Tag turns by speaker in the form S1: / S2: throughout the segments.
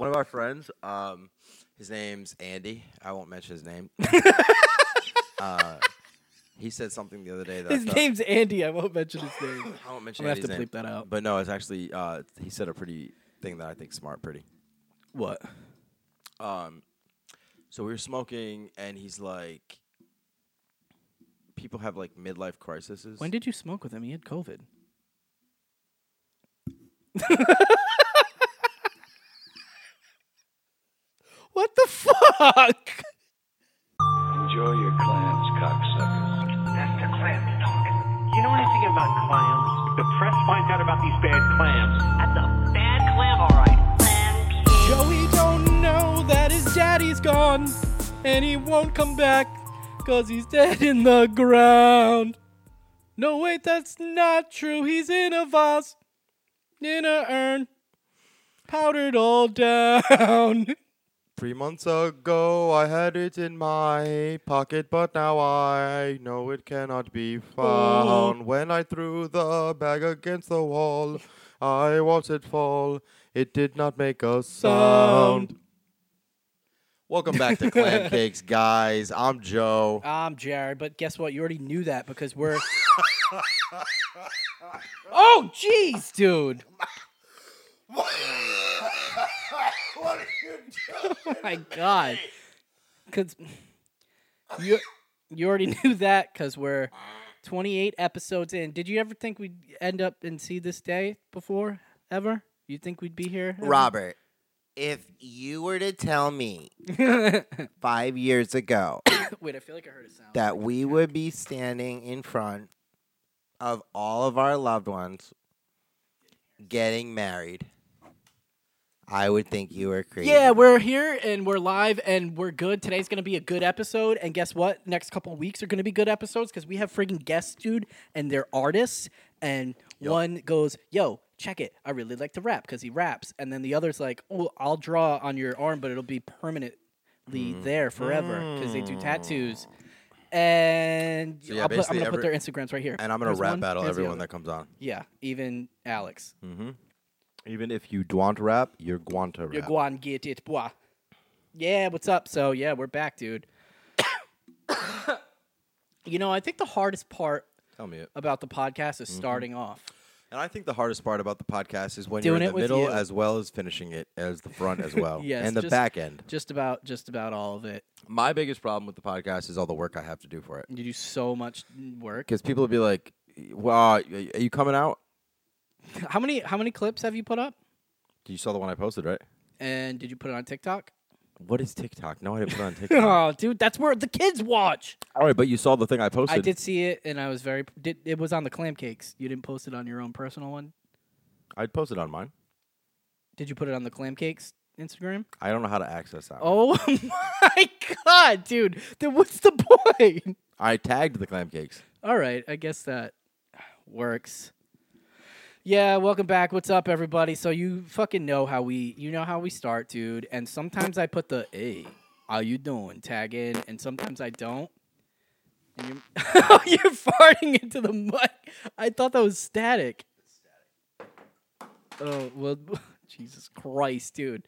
S1: our friends. Um, his name's Andy. I won't mention his name. uh, he said something the other day that I
S2: His
S1: thought-
S2: name's Andy. I won't mention his name.
S1: I won't mention
S2: I'm gonna have
S1: Andy's
S2: to
S1: name.
S2: bleep that out.
S1: But no, it's actually uh, he said a pretty thing that I think smart, pretty.
S2: What?
S1: Um, so we were smoking, and he's like, people have like midlife crises.
S2: When did you smoke with him? He had COVID. what the fuck?
S3: Enjoy your clams, cocksuckers.
S4: That's the clams talking. You know anything about clams?
S5: The press finds out about these bad clams.
S4: That's a bad clam, all right. Clam
S2: Joey don't know that his daddy's gone and he won't come back cause he's dead in the ground. No, wait, that's not true. He's in a vase, in a urn, powdered all down.
S1: Three months ago, I had it in my pocket, but now I know it cannot be found. When I threw the bag against the wall, I watched it fall. It did not make a sound. Welcome back to Clam Cakes, guys. I'm Joe.
S2: I'm Jared, but guess what? You already knew that because we're. oh, jeez, dude. what are you doing? Oh my god. Cause you you already knew that because we're 28 episodes in. Did you ever think we'd end up and see this day before ever? You think we'd be here? ever?
S6: Robert, if you were to tell me five years ago
S2: Wait, I feel like I heard a sound.
S6: that we would be standing in front of all of our loved ones getting married, I would think you were crazy.
S2: Yeah, we're here and we're live and we're good. Today's gonna be a good episode, and guess what? Next couple weeks are gonna be good episodes because we have friggin' guests, dude, and they're artists. And one goes, "Yo, check it! I really like to rap because he raps," and then the other's like, "Oh, I'll draw on your arm, but it'll be permanently
S1: Mm.
S2: there forever because they do tattoos." And
S1: So yeah,
S2: I'll put, I'm
S1: basically
S2: gonna put
S1: every-
S2: their Instagrams right here,
S1: And I'm going
S2: Here's
S1: to rap
S2: one,
S1: battle
S2: here's the
S1: everyone
S2: other.
S1: that comes on.
S2: yeah, even Alex.
S1: Mm-hmm. Even if you don't rap, you're going to rap.
S2: You go and get it, boy. Yeah, what's up? So yeah, we're back, dude. you know, I think the hardest part
S1: Tell me it.
S2: about the podcast is starting off.
S1: And I think the hardest part about the podcast is when
S2: Doing
S1: you're
S2: it
S1: in the
S2: with
S1: middle
S2: you.
S1: as well as finishing it as the front as well.
S2: Yes,
S1: and the
S2: just-
S1: back end.
S2: Just about, just about all of it.
S1: My biggest problem with the podcast is all the work I have to do for it.
S2: You do so much work.
S1: Because people will be like, "Wow, are you coming out?"
S2: How many, how many clips have you put up?
S1: You saw the one I posted, right?
S2: And did you put it on TikTok?
S1: What is TikTok? No, I didn't put it on TikTok.
S2: Oh, dude, that's where the kids watch.
S1: all right, but you saw the thing I posted.
S2: I did see it, and I was very. Did, it was on the clam cakes. You didn't post it on your own personal one.
S1: I posted on mine.
S2: Did you put it on the clam cakes Instagram?
S1: I don't know how to access that. one.
S2: Oh my god, dude. Then what's the point?
S1: I tagged the clam cakes.
S2: All right, I guess that works. Yeah, welcome back. What's up everybody? So you fucking know how we you know how we start, dude. And sometimes I put the hey, how you doing? tag in and sometimes I don't. And you're, you're farting into the mic. I thought that was static. Oh, well Jesus Christ, dude.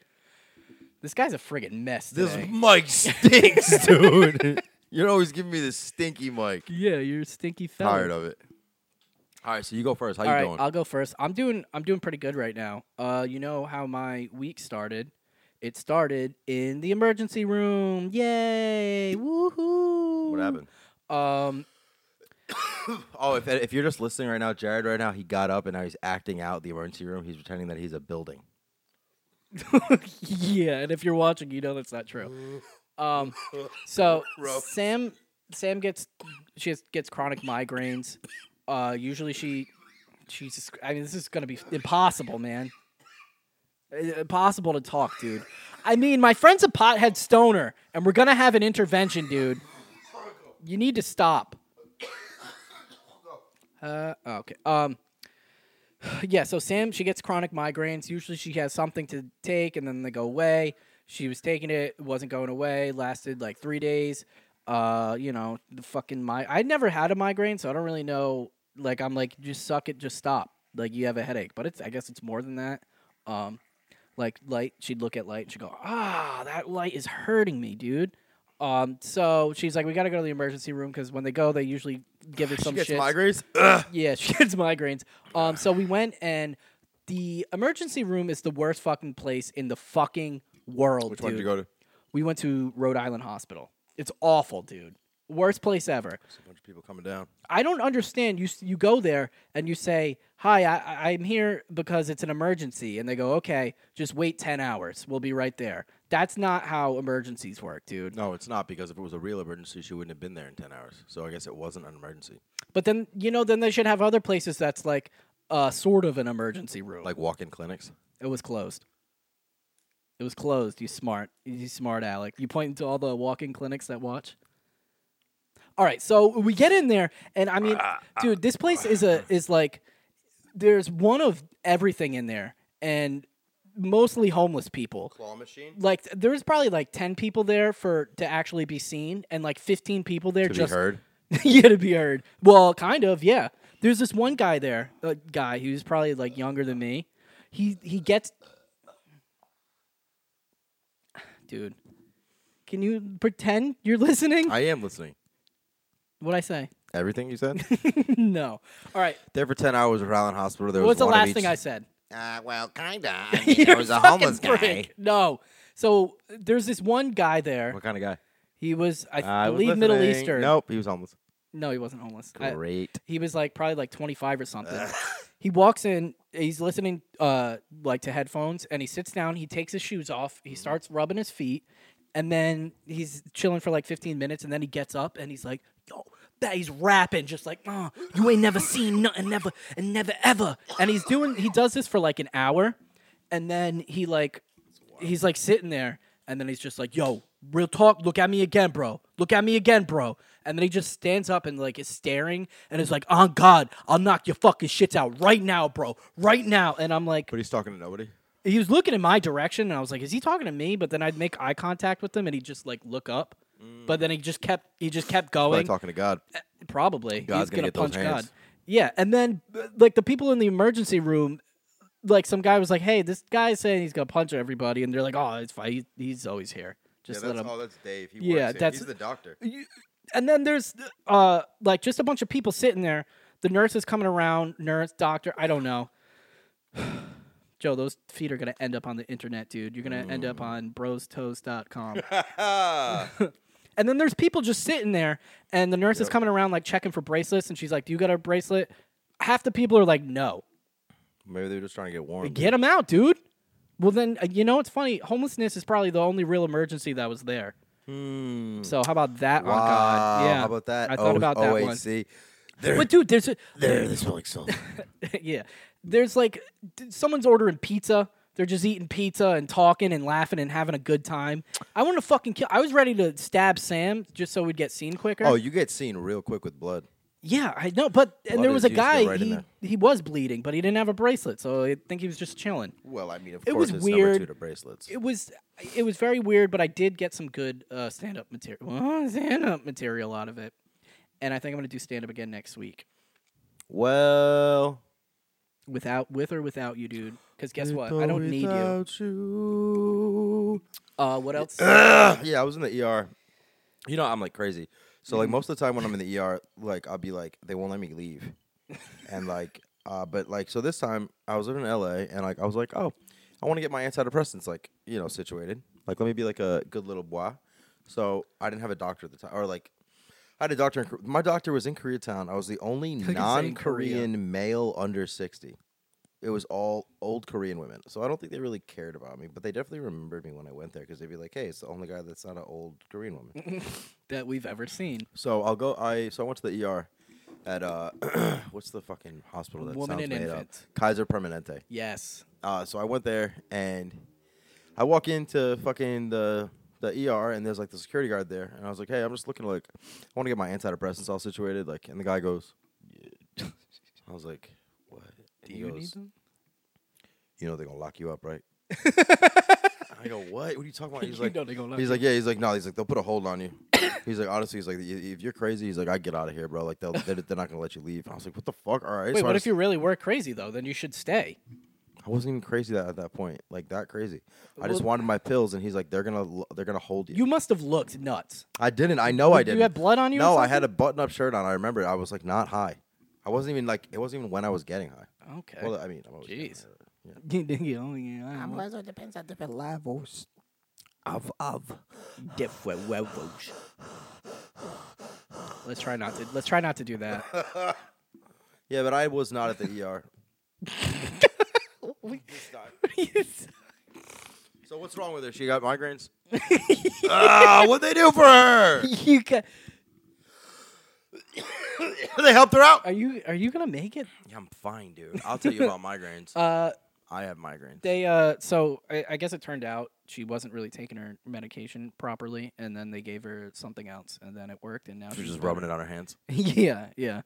S2: This guy's a friggin' mess. today.
S1: mic stinks, dude. You're always giving me this stinky mic.
S2: Yeah, you're a stinky fella.
S1: Tired of it. All right, so you go first. How
S2: All
S1: you
S2: right,
S1: doing?
S2: I'll go first. I'm doing I'm doing pretty good right now. Uh, you know how my week started? It started in the emergency room. Yay! Woohoo!
S1: what happened?
S2: Um,
S1: Oh, if, if you're just listening right now, Jared, right now, he got up and now he's acting out the emergency room. He's pretending that he's a building.
S2: yeah, and if you're watching, you know that's not true. Um, so Sam Sam gets she has, gets chronic migraines. Uh, usually she Jesus, Chr- I mean this is gonna be impossible, man. I- Impossible to talk, dude. I mean, my friend's a pothead stoner, and we're gonna have an intervention, dude. You need to stop. Uh, okay. Um, yeah, so Sam, she gets chronic migraines. Usually she has something to take and then they go away. She was taking it, it wasn't going away, lasted like three days. Uh, you know, the fucking my I never had a migraine, so I don't really know. Like I'm like, just suck it, just stop. Like you have a headache. But it's I guess it's more than that. Um like light. She'd look at light and she'd go, ah, that light is hurting me, dude. Um, so she's like, we gotta go to the emergency room because when they go, they usually give her some
S1: she gets
S2: shit.
S1: migraines.
S2: Yeah, she gets migraines. Um, so we went and the emergency room is the worst fucking place in the fucking world.
S1: Which
S2: dude.
S1: one did you go to?
S2: We went to Rhode Island Hospital. It's awful, dude. Worst place ever.
S1: A bunch of people coming down.
S2: I don't understand. You s- you go there and you say, "Hi, I- I, I'm here because it's an emergency," and they go, "Okay, just wait ten hours. We'll be right there." That's not how emergencies work, dude.
S1: No, it's not because if it was a real emergency, she wouldn't have been there in ten hours. So I guess it wasn't an emergency.
S2: But then you know, then they should have other places that's like uh, sort of an emergency room.
S1: Like walk-in clinics.
S2: it was closed. It was closed. You smart. You smart, Alec. You pointing to all the walk-in clinics that watch. All right, so we get in there, and I mean, dude, this place is a is like there's one of everything in there, and mostly homeless people.
S1: Claw machine.
S2: Like there was probably like ten people there for to actually be seen, and like fifteen people there
S1: To
S2: just
S1: be heard.
S2: yeah, to be heard. Well, kind of, yeah. There's this one guy there, a guy who's probably like younger than me. He he gets Dude. Can you pretend you're listening?
S1: I am listening.
S2: What'd I say?
S1: Everything you said.
S2: no. All right.
S1: there for ten hours at Rhode Island Hospital. There
S2: What's
S1: was
S2: the
S1: one of
S2: last thing
S1: each-
S2: I said?
S6: Uh, well, kinda. I mean,
S2: You're
S6: there was a
S2: fucking
S6: homeless guy.
S2: prick. No. So there's this one guy there.
S1: What kind of guy?
S2: He was, I
S1: I was
S2: believe, Middle
S1: listening.
S2: Eastern.
S1: Nope, he was homeless.
S2: No, he wasn't homeless. I-
S1: Great.
S2: He was like probably like 25 or something. he walks in, he's listening uh like to headphones and he sits down, he takes his shoes off, he starts rubbing his feet and then he's chilling for like 15 minutes and then he gets up and he's like, "Yo, that he's rapping just like, "Oh, you ain't never seen nothing never and never ever." And he's doing he does this for like an hour and then he like he's like sitting there and then he's just like yo real talk look at me again bro look at me again bro and then he just stands up and like is staring and is like on god i'll knock your fucking shits out right now bro right now and i'm like
S1: But he's talking to nobody.
S2: he was looking in my direction and i was like is he talking to me but then i'd make eye contact with him and he'd just like look up but then he just kept he just kept
S1: Probably
S2: going
S1: talking to God.
S2: Probably.
S1: God's
S2: He's
S1: gonna
S2: going to
S1: get those
S2: punch God.
S1: hands.
S2: Yeah. And then, b- like, the people in the emergency room, like, some guy was like, hey, this guy's saying he's going to punch everybody. And they're like, oh, it's fine. He- He's always here. Just let him.
S1: Oh, that's Dave. He
S2: Yeah, works here. that's- He's the
S1: doctor.
S2: And then there's, uh, like, just a bunch of people sitting there. The nurse is coming around, nurse, doctor, I don't know. Joe, those feet are going to end up on the internet, dude. You're going to end up on brostoes.com. And then there's people just sitting there, and the nurse is coming around like checking for bracelets, and she's like, "Do you got a bracelet?" Half the people are like, "No,
S1: Maybe they were just trying to get warm.
S2: get them out, dude." Well, then uh, you know it's funny. Homelessness is probably the only real emergency that was there. So how about that
S1: Wow.
S2: on oh, God? Yeah,
S1: Ah, How about that?
S2: I thought
S1: O-
S2: about that one.
S1: OHC. They're,
S2: But dude, there's a,
S6: There, this will exalt.
S2: yeah, there's like d- someone's ordering pizza. They're just eating pizza and talking and laughing and having a good time. I want to fucking kill. I was ready to stab Sam just so we'd get seen quicker.
S1: oh, you get seen real quick with blood.
S2: Yeah, I know, but and
S1: Blood
S2: there
S1: and
S2: was a
S1: juice go
S2: guy.
S1: right in
S2: he
S1: there.
S2: he was bleeding, but he didn't have a bracelet, so I think he was just chilling.
S1: Well, I mean, of
S2: It
S1: course,
S2: was
S1: it's number
S2: weird.
S1: two to bracelets.
S2: It was it was very weird, but I did get some good uh, stand up material, well, stand up material out of it, and I think I'm gonna do stand up again next week,
S1: well,
S2: without with or without you, dude. Because guess what? I don't need you.
S1: you.
S2: Uh, what else?
S1: yeah, I was in the ER. You know, I'm like crazy. So
S2: Mm-hmm.
S1: like most of the time when I'm in the ER, like I'll be like, they won't let me leave, and like, uh, but like, so this time I was living in LA, and like I was like, oh, I want to get my antidepressants like you know situated. Like let me be like a good little boy. So I didn't have a doctor at the time, or like. I had a doctor. In, Kor- my doctor was in Koreatown. I was the only
S2: in Korea.
S1: non-Korean male under sixty. It was all old Korean women, so I don't think they really cared about me. But they definitely remembered me when I went there because they'd be like, "Hey, it's the only guy that's not an old Korean woman."
S2: that we've ever seen.
S1: So I'll go. I so I went to
S6: E
S1: the ER at uh, what's the fucking hospital that
S2: Woman
S1: sounds
S2: and
S1: made up?
S2: Infant.
S1: Kaiser Permanente.
S2: Yes.
S1: Uh, so I went there and I walk into fucking the the ER and there's like the security guard there and I was like, hey, I'm just looking to like I want to get my antidepressants all situated like and the guy goes, "Yeah." I was like, what? Do
S2: you need them?
S1: You know they're gonna lock you up, right? I go, what? What are you talking about? He's
S2: You
S1: like,
S2: know they gonna lock
S1: he's
S2: you
S1: like, yeah. He's like, no. He's like, they'll put a hold on you. he's like, honestly, he's like, "I- if you're crazy, he's like, I get out of here, bro. Like, they'll, they're, they're not gonna let you leave. I was like, what the fuck? All right.
S2: Wait,
S1: so I
S2: what
S1: just-
S2: if you really were crazy though? Then you should stay.
S6: I wasn't even crazy that at that point, like that crazy. I just
S2: Well-
S6: wanted my pills, and he's like, "They're gonna, l- they're gonna hold you."
S2: You must have looked nuts.
S6: I didn't. I know I
S2: Did
S6: didn't.
S2: you have blood on you or
S6: No, I had a
S2: something?
S6: button-up shirt on. I remember. I was like not high. I wasn't even like. It wasn't even when I was getting high.
S2: Okay.
S6: Well,
S1: uh,
S6: I mean, I'm always getting
S2: Jeez.
S6: high.
S2: You know, yeah, I don't know.
S7: Also depends on different levels of of.
S2: Different levels. Let's try not to. Let's try not to do that.
S6: Yeah, but I was not at the ER. So what's wrong with her? She got migraines. Ah, what they do for her?
S2: you ca-
S6: they helped her out.
S2: are you are you gonna make it?
S6: Yeah, I'm fine, dude. I'll tell you about migraines.
S2: Uh,
S6: I have migraines.
S2: they uh. So I, I guess it turned out she wasn't really taking her medication properly, and then they gave her something else, and then it worked, and now
S6: She's
S2: she's
S6: just rubbing it on her hands.
S2: yeah, yeah.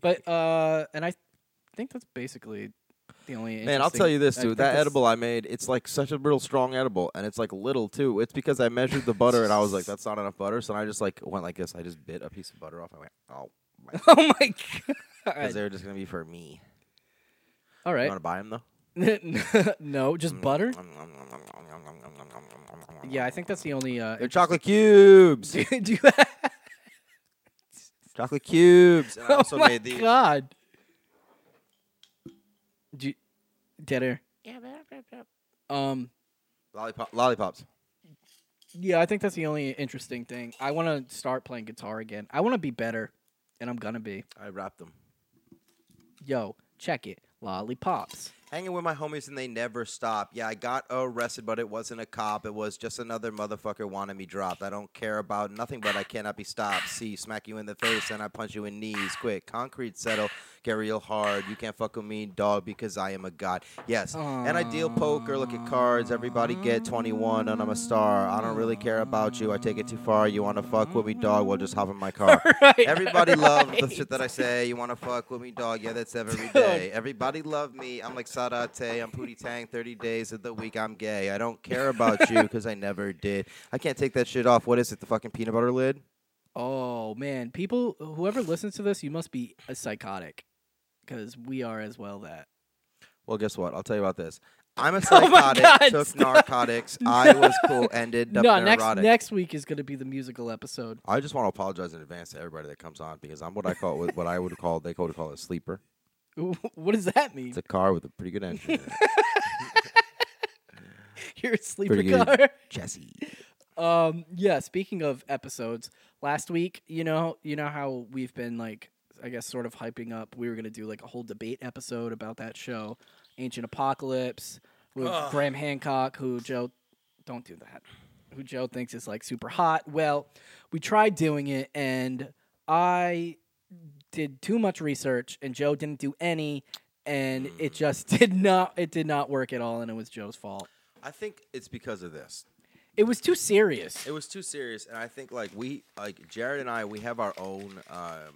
S2: but uh, and I think that's basically the only.
S6: Man, I'll
S2: interesting-
S6: tell you this,
S2: I
S6: dude.
S2: think
S6: That
S2: that's-
S6: edible I made, it's like such a real strong edible, and it's like little too. It's because I measured the butter, and I was like, "That's not enough butter," so I just like went like this. I just bit a piece of butter off. I went, "Oh,
S2: Oh my
S6: because
S2: god!
S6: they're just gonna be for me."
S2: All
S6: You
S2: right.
S6: want to buy them though?
S2: no,
S6: Mm.
S2: just butter. Yeah, I think that's the only. Uh,
S6: mm. They're chocolate cubes.
S2: do you- do you-
S6: chocolate cubes. And I
S2: oh
S6: also
S2: my
S6: made these.
S2: god! Do you, dead air. Um.
S6: Lollipop, lollipops.
S2: Yeah, I think that's the only interesting thing. I want to start playing guitar again. I want to be better, and I'm gonna be.
S6: I wrapped them.
S2: Yo, check it. Lollipops.
S6: Hanging with my homies and they never stop. Yeah, I got arrested, but it wasn't a cop. It was just another motherfucker wanting me dropped. I don't care about nothing, but I cannot be stopped. See, smack you in the face and I punch you in knees. Quick, concrete settle, get real hard. You can't fuck with me, dog, because I am a god. Yes, and I deal poker. Look at cards. Everybody get 21, and I'm a star. I don't really care about you. I take it too far. You want to fuck with me, dog? Well, just hop in my car. Everybody love the shit that I say. You want to fuck with me, dog? Yeah, that's every day. Everybody love me. I'm like Sadate. I'm Pootie Tang. 30 days of the week, I'm gay. I don't care about you because I never did. I can't take that shit off. What is it, the fucking peanut butter lid?
S2: Oh man, people, whoever listens to this, you must be a psychotic, because we are as well. That
S6: Well, guess what? I'll tell you about this. I'm a
S2: Oh my
S6: psychotic,
S2: God,
S6: took
S2: stop.
S6: narcotics. I was cool, ended up
S2: no, next
S6: neurotic.
S2: next week is gonna be the musical episode.
S6: I just want to apologize in advance to everybody that comes on because I'm what I call what I would call they would call a sleeper.
S2: Ooh, what does that mean?
S6: It's a car with a pretty good engine. in it.
S2: You're a sleeper
S6: pretty good.
S2: car.
S6: Jesse.
S2: Um, yeah. Speaking of episodes, last week, you know, you know how we've been like, I guess, sort of hyping up. We were gonna do like a whole debate episode about that show, Ancient Apocalypse, with Graham Hancock, who Joe, don't do that, who Joe thinks is like super hot. Well, we tried doing it, and I did too much research, and Joe didn't do any, and it just did not, it did not work at all, and it was Joe's fault.
S6: I think it's because of this.
S2: It was too serious.
S6: It was too serious, and I think like we, like Jared and I, we have our own um,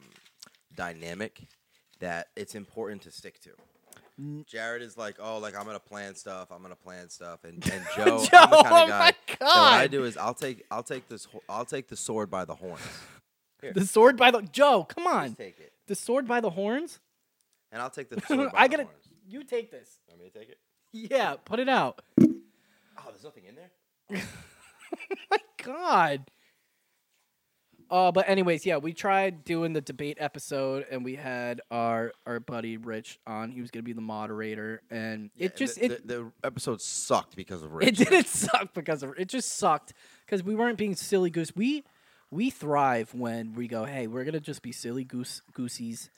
S6: dynamic that it's important to stick to. Jared is like, oh, like I'm gonna plan stuff. I'm gonna plan stuff, and, and Joe, I'm the
S2: Joe,
S6: kind
S2: oh my
S6: of guy. that what I
S2: God.
S6: do is I'll take I'll take this ho- I'll take the sword by the horns.
S2: The sword by the Joe, come on.
S6: Just take it,
S2: The sword by the horns?
S6: and I'll take the sword by
S2: I
S6: the
S2: gotta
S6: horns.
S2: you take this.
S6: Want me to take it?
S2: Yeah, put it out.
S6: Oh, there's nothing in there.
S2: My God. Uh, but anyways, yeah, we tried doing the debate episode, and we had our our buddy Rich on. He was gonna be the moderator, and
S6: Yeah,
S2: it just
S6: the,
S2: it
S6: the, the episode sucked because of Rich.
S2: it didn't suck because of it just sucked because we weren't being silly goose. We we thrive when we go, hey, we're gonna just be silly goose goosies,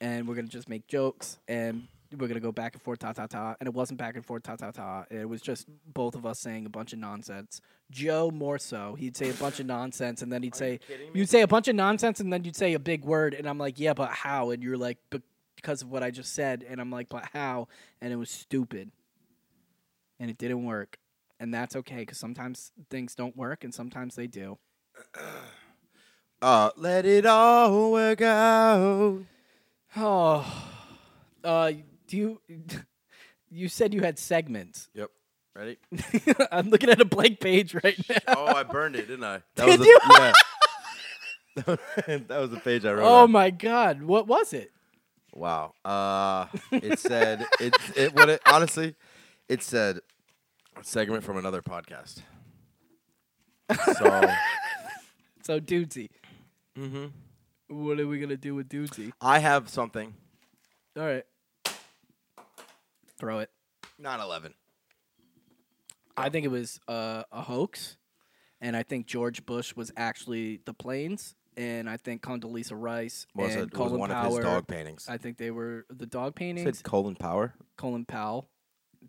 S2: and we're gonna just make jokes and we're gonna go back and forth ta ta ta. And it wasn't back and forth ta ta ta. It was just both of us saying a bunch of nonsense. Joe more so. He'd say a bunch of nonsense and then he'd say you would say a bunch of nonsense and then you'd say a big word and I'm like, yeah, but how? And you're like, because of what I just said. And I'm like, but how? And it was stupid and it didn't work. And that's okay because sometimes things don't work and sometimes they do.
S6: Uh, let it all work out.
S2: Oh, uh, do you? You said you had segments.
S6: Yep. Ready?
S2: I'm looking at a blank page right now.
S6: Oh, I burned it, didn't I? That
S2: Did
S6: was a,
S2: you?
S6: Yeah. that was the page I wrote.
S2: Oh
S6: on.
S2: my god, what was it?
S6: Wow. Uh, it said it. It what it honestly, it said a segment from another podcast. So
S2: So dudesy. Mm-hmm. What are we gonna do with dudesy?
S6: I have something.
S2: All right. Throw it.
S6: 9-11.
S2: I think it was uh, a hoax, and I think George Bush was actually the planes, and I think Condoleezza Rice
S6: Was,
S2: and
S6: it, was
S2: Colin
S6: one
S2: Powell.
S6: of his dog paintings.
S2: I think they were the dog paintings.
S6: said Colin Power.
S2: Colin Powell,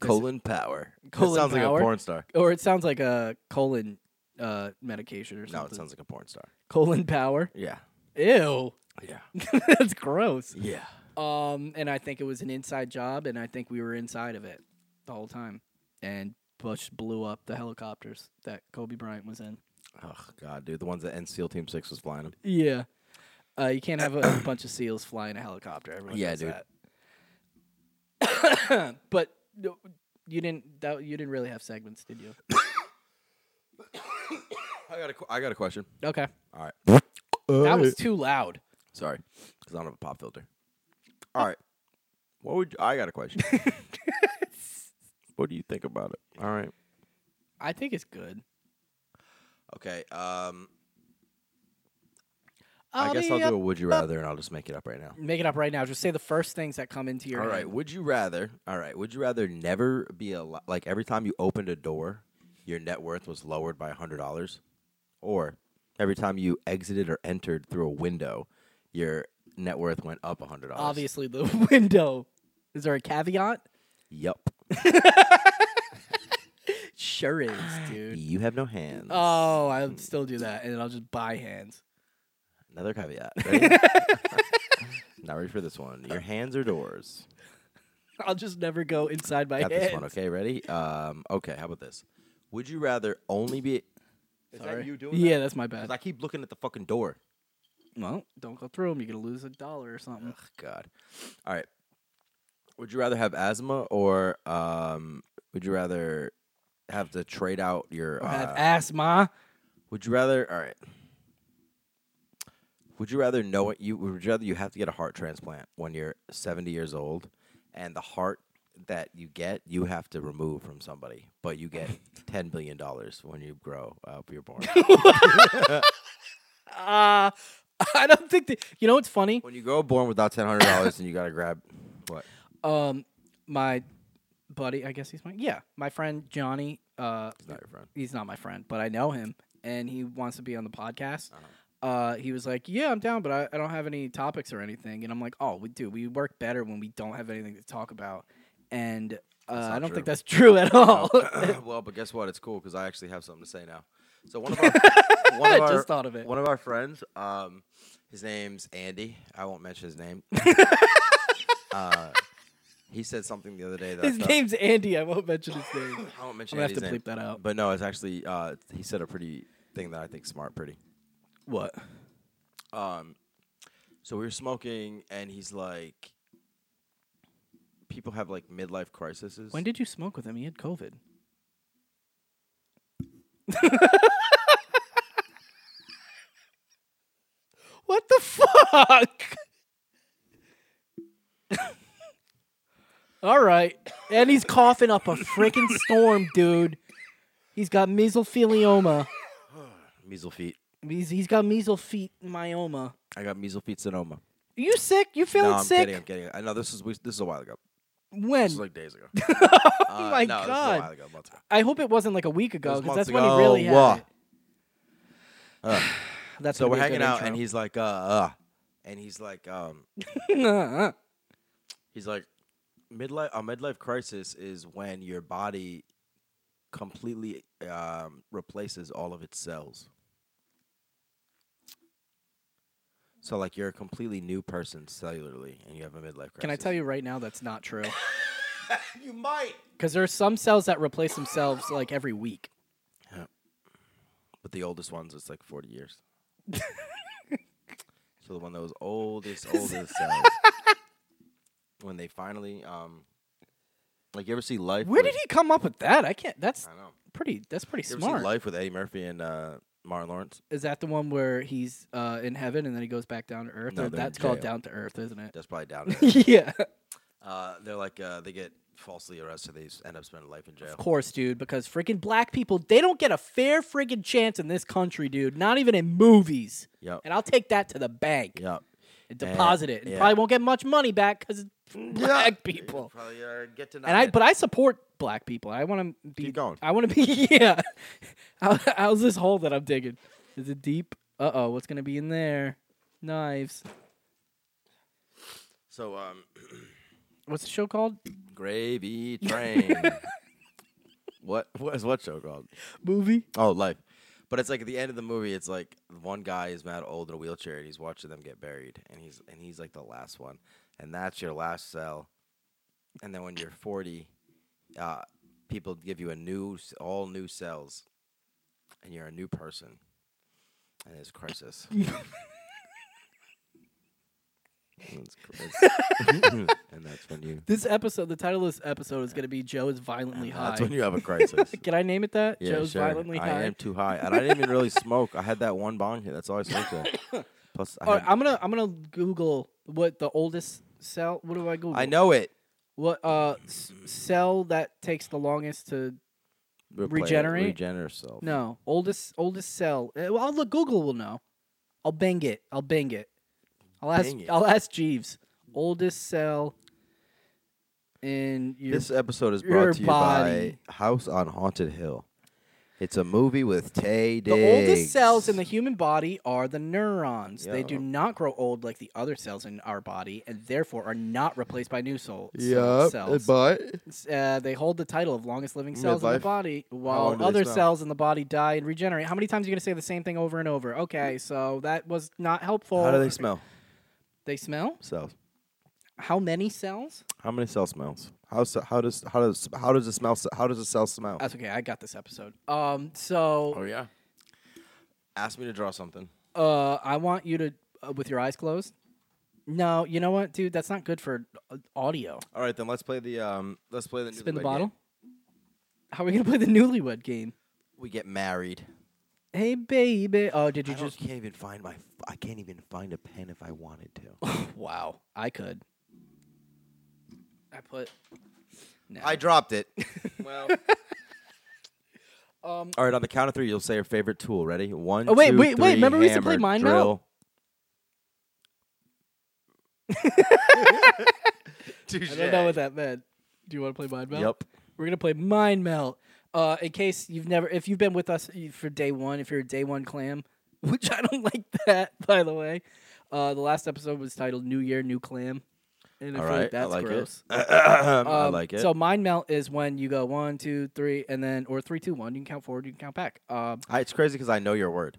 S6: Colin Power. That
S2: Colin
S6: sounds
S2: Power?
S6: like a porn star.
S2: or it sounds like a colon uh, medication or something.
S6: No, it sounds like a porn star.
S2: colon power.
S6: Yeah.
S2: Ew,
S6: Yeah.
S2: that's gross.
S6: Yeah.
S2: Um, and I think it was an inside job, and I think we were inside of it the whole time. And Bush blew up the helicopters that Kobe Bryant was in.
S6: Oh God, dude, the ones that NCL Team Six was flying them.
S2: Yeah. Uh, you can't have a bunch of seals flying a helicopter. Everyone
S6: Yeah,
S2: knows
S6: dude.
S2: that. but no, you didn't. That, you didn't really have segments, did you?
S6: I got a, qu- I got a question.
S2: Okay,
S6: All right.
S2: that was too loud.
S6: Sorry, because I don't have a pop filter. All right. What would I got a question? what do you think about it? All right.
S2: I think it's good.
S6: Okay. Um, I guess I'll do a would you rather, and I'll just make it up right now.
S2: Make it up right now. Just say the first things that come into your.
S6: All right.
S2: head.
S6: Would you rather? All right. Would you rather never be a like every time you opened a door, your net worth was lowered by hundred dollars, or every time you exited or entered through a window, your net worth went up hundred dollars.
S2: Obviously, the window. Is there a caveat?
S6: Yup.
S2: Sure is,
S6: Ah,
S2: dude.
S6: You have no hands.
S2: Oh, I'll still do that, and then I'll just buy hands.
S6: Another caveat. Ready? Not ready for this one. Your hands are doors.
S2: I'll just never go inside my
S6: Got
S2: hands.
S6: this one. Okay, ready? Um, okay, how about this? Would you rather only be. Is
S2: Sorry.
S6: that you doing
S2: yeah, that's my
S6: Because
S2: bad.
S6: I keep looking at the fucking door.
S2: Well, don't go through them. You're gonna lose a dollar or something.
S6: Ugh, God. All right. Would you rather have asthma or um, would you rather have to trade out your.
S2: Or have
S6: uh,
S2: asthma.
S6: Would you rather? All right. Would you rather know what you would you rather you have to get a heart transplant when you're 70 years old, and the heart that you get you have to remove from somebody, but you get 10 billion dollars when you grow up, you're born.
S2: Uh, I don't think that. You know what's funny?
S6: when you grow born without 1,000 dollars, and you gotta grab what?
S2: Um, my buddy, I guess he's my yeah, my friend Johnny. Uh,
S6: It's not your friend.
S2: he's not my friend, but I know him, and he wants to be on the podcast.
S6: Uh-huh.
S2: Uh, he was like, "Yeah, I'm down, but I, I don't have any topics or anything." And I'm like, "Oh, we do. We work better when we don't have anything to talk about." And uh, I
S6: not
S2: don't think
S6: true.
S2: that's true at all. Oh.
S6: well, but guess what? It's cool because I actually have something to say now. So one of our, one
S2: I
S6: of our,
S2: just thought of it.
S6: One of our friends, um, his name's Andy. I won't mention his name. uh, he said something the other day that
S2: His
S6: I, thought,
S2: name's Andy. I won't mention his name.
S6: I won't mention
S2: I'm gonna have
S6: Andy's
S2: to
S6: name.
S2: bleep that out.
S6: But no, it's actually uh, he said a pretty thing that I think smart, pretty.
S2: What?
S6: Um, so we were smoking, and he's like, people have like midlife crises.
S2: When did you smoke with him? He had COVID. what the fuck? All right. And he's coughing up a freaking storm, dude. He's got mesothelioma.
S6: measle feet?
S2: He's, he's got mesophyte myoma.
S6: I got measle feet sonoma.
S2: You sick? You feeling
S6: no, I'm
S2: sick?
S6: kidding. I'm kidding. I know this is we- this is a while ago.
S2: When?
S6: This is like days ago.
S2: oh
S6: Uh,
S2: my
S6: no, this is a
S2: god.
S6: while ago, months ago.
S2: I hope it wasn't like a week
S6: was
S2: ago because
S6: months
S2: that's when he
S6: ago.
S2: really had
S6: Whoa.
S2: it.
S6: Uh,
S2: that's
S6: So
S2: gonna
S6: we're
S2: be a
S6: hanging
S2: good
S6: out,
S2: intro.
S6: and he's like, uh, uh, and he's like, um,
S2: Uh-uh.
S6: he's like, midlife. A midlife crisis is when your body completely um, replaces all of its cells. So like you're a completely new person cellularly, and you have a midlife crisis.
S2: Can I tell you right now that's not true?
S6: You might.
S2: Because there are some cells that replace themselves like every week.
S6: But the oldest ones, it's like 40 years. so the one that was oldest, oldest. uh, when they finally, um, like you ever see Life?
S2: Where
S6: with-
S2: did he come up with that? I can't. That's
S6: I know.
S2: pretty. That's pretty
S6: You ever see
S2: smart.
S6: Life with Eddie Murphy and uh, Martin Lawrence.
S2: Is that the one where he's uh, in heaven and then he goes back down to earth?
S6: No,
S2: or
S6: they're in
S2: that's called
S6: jail.
S2: down to earth, isn't it?
S6: That's probably down. there.
S2: yeah.
S6: uh, they're like uh, they get falsely arrested. They s- end up spending life in jail.
S2: Of course, dude, because freaking black people, they don't get a fair friggin' chance in this country, dude. Not even in movies.
S6: Yep.
S2: And I'll take that to the bank
S6: Yep.
S2: and deposit it. And probably won't get much money back because it's black people.
S6: Probably uh, get denied.
S2: And I, but I support black people. I want to be.
S6: Keep going.
S2: I want to be. Yeah. How, how's this hole that I'm digging? Is it deep? Uh oh. What's gonna be in there? Knives.
S6: so um,
S2: What's the show called?
S6: gravy train. what what is what show called?
S2: Movie.
S6: Oh, life. But it's like at the end of the movie, it's like one guy is mad old in a wheelchair and he's watching them get buried, and he's and he's like the last one, and that's your last cell. And then when you're 40, uh, people give you a new, s- all new cells, and you're a new person, and it's crisis. It's cr- it's- and that's when you.
S2: This episode, the title of this episode is gonna be Joe is violently high.
S6: Uh, That's when you have a crisis.
S2: Can I name it that?
S6: Yeah,
S2: Joe's
S6: sure.
S2: violently
S6: I
S2: high.
S6: am too high, and I didn't even really smoke. I had that one bong here. That's all I smoked. At. Plus, I,
S2: All
S6: had-
S2: right, I'm gonna I'm gonna Google what the oldest cell. What do I Google?
S6: I know it.
S2: what uh s- cell that takes the longest to
S6: Replay-
S2: Regenerate?
S6: regenerate self.
S2: no oldest oldest cell. Eh, Well, I'll look Google will know. I'll bang it. I'll bang it. I'll ask
S6: Bang it.
S2: I'll ask Jeeves. Oldest cell in your
S6: This episode is
S2: Your
S6: brought to you
S2: body.
S6: by House on Haunted Hill. It's a movie with Tay
S2: the
S6: Diggs.
S2: oldest cells in the human body are the neurons. They do
S6: Yup.
S2: not grow old like the other cells in our body, and therefore are not replaced by new soul,
S1: Yeah,
S2: cells.
S1: but
S2: S- uh, they hold the title of longest living cells in the
S1: Midlife.
S2: body,
S6: long
S2: while
S6: do they
S2: other
S6: smell?
S2: cells in the body die and regenerate. How many times are you going to say the same thing over and over? Okay, so that was not helpful.
S6: How do they smell?
S2: They smell?
S6: Cells.
S2: How many cells?
S6: How many cell smells? How s- how does how does how does the smell s- how does the cell smell?
S2: That's okay. I got this episode. Um, so
S6: Oh, yeah. Ask me to draw something.
S2: uh, I want you to, uh, with your eyes closed. No, you know what, dude? That's not good for uh, audio.
S6: All right, then let's play the um let's play the
S2: Spin the
S6: newlywed
S2: bottle.
S6: game.
S2: How are we gonna play the newlywed game?
S6: We get married.
S2: Hey, baby. Oh, did you
S6: I
S2: just?
S6: just can't even find my. f- I can't even find a pen if I wanted to.
S2: Wow, I could. I put. No.
S6: I dropped it. well. All right, on the count of three, you'll say your favorite tool. Ready?
S2: Um,
S6: One.
S2: Oh, wait,
S6: two,
S2: wait, wait,
S6: three,
S2: remember we used to play
S6: hammer,
S2: Mind Meld?
S6: drill.
S2: I don't know what that meant. Do you want to play Mind Melt?
S6: Yep.
S2: We're gonna play Mind Melt. Uh, in case you've never, if you've been with us for day one, if you're a day one clam, which I don't like that, by the way. Uh, the last episode was titled "New Year, New Clam," and I
S6: All
S2: feel
S6: right,
S2: like that's
S6: I like
S2: gross.
S6: it. I
S2: Um,
S6: like it.
S2: So Mind Melt is when you go one, two, three, and then or three, two, one. You can count forward, you can count back. Um,
S6: I, it's crazy because I know your word.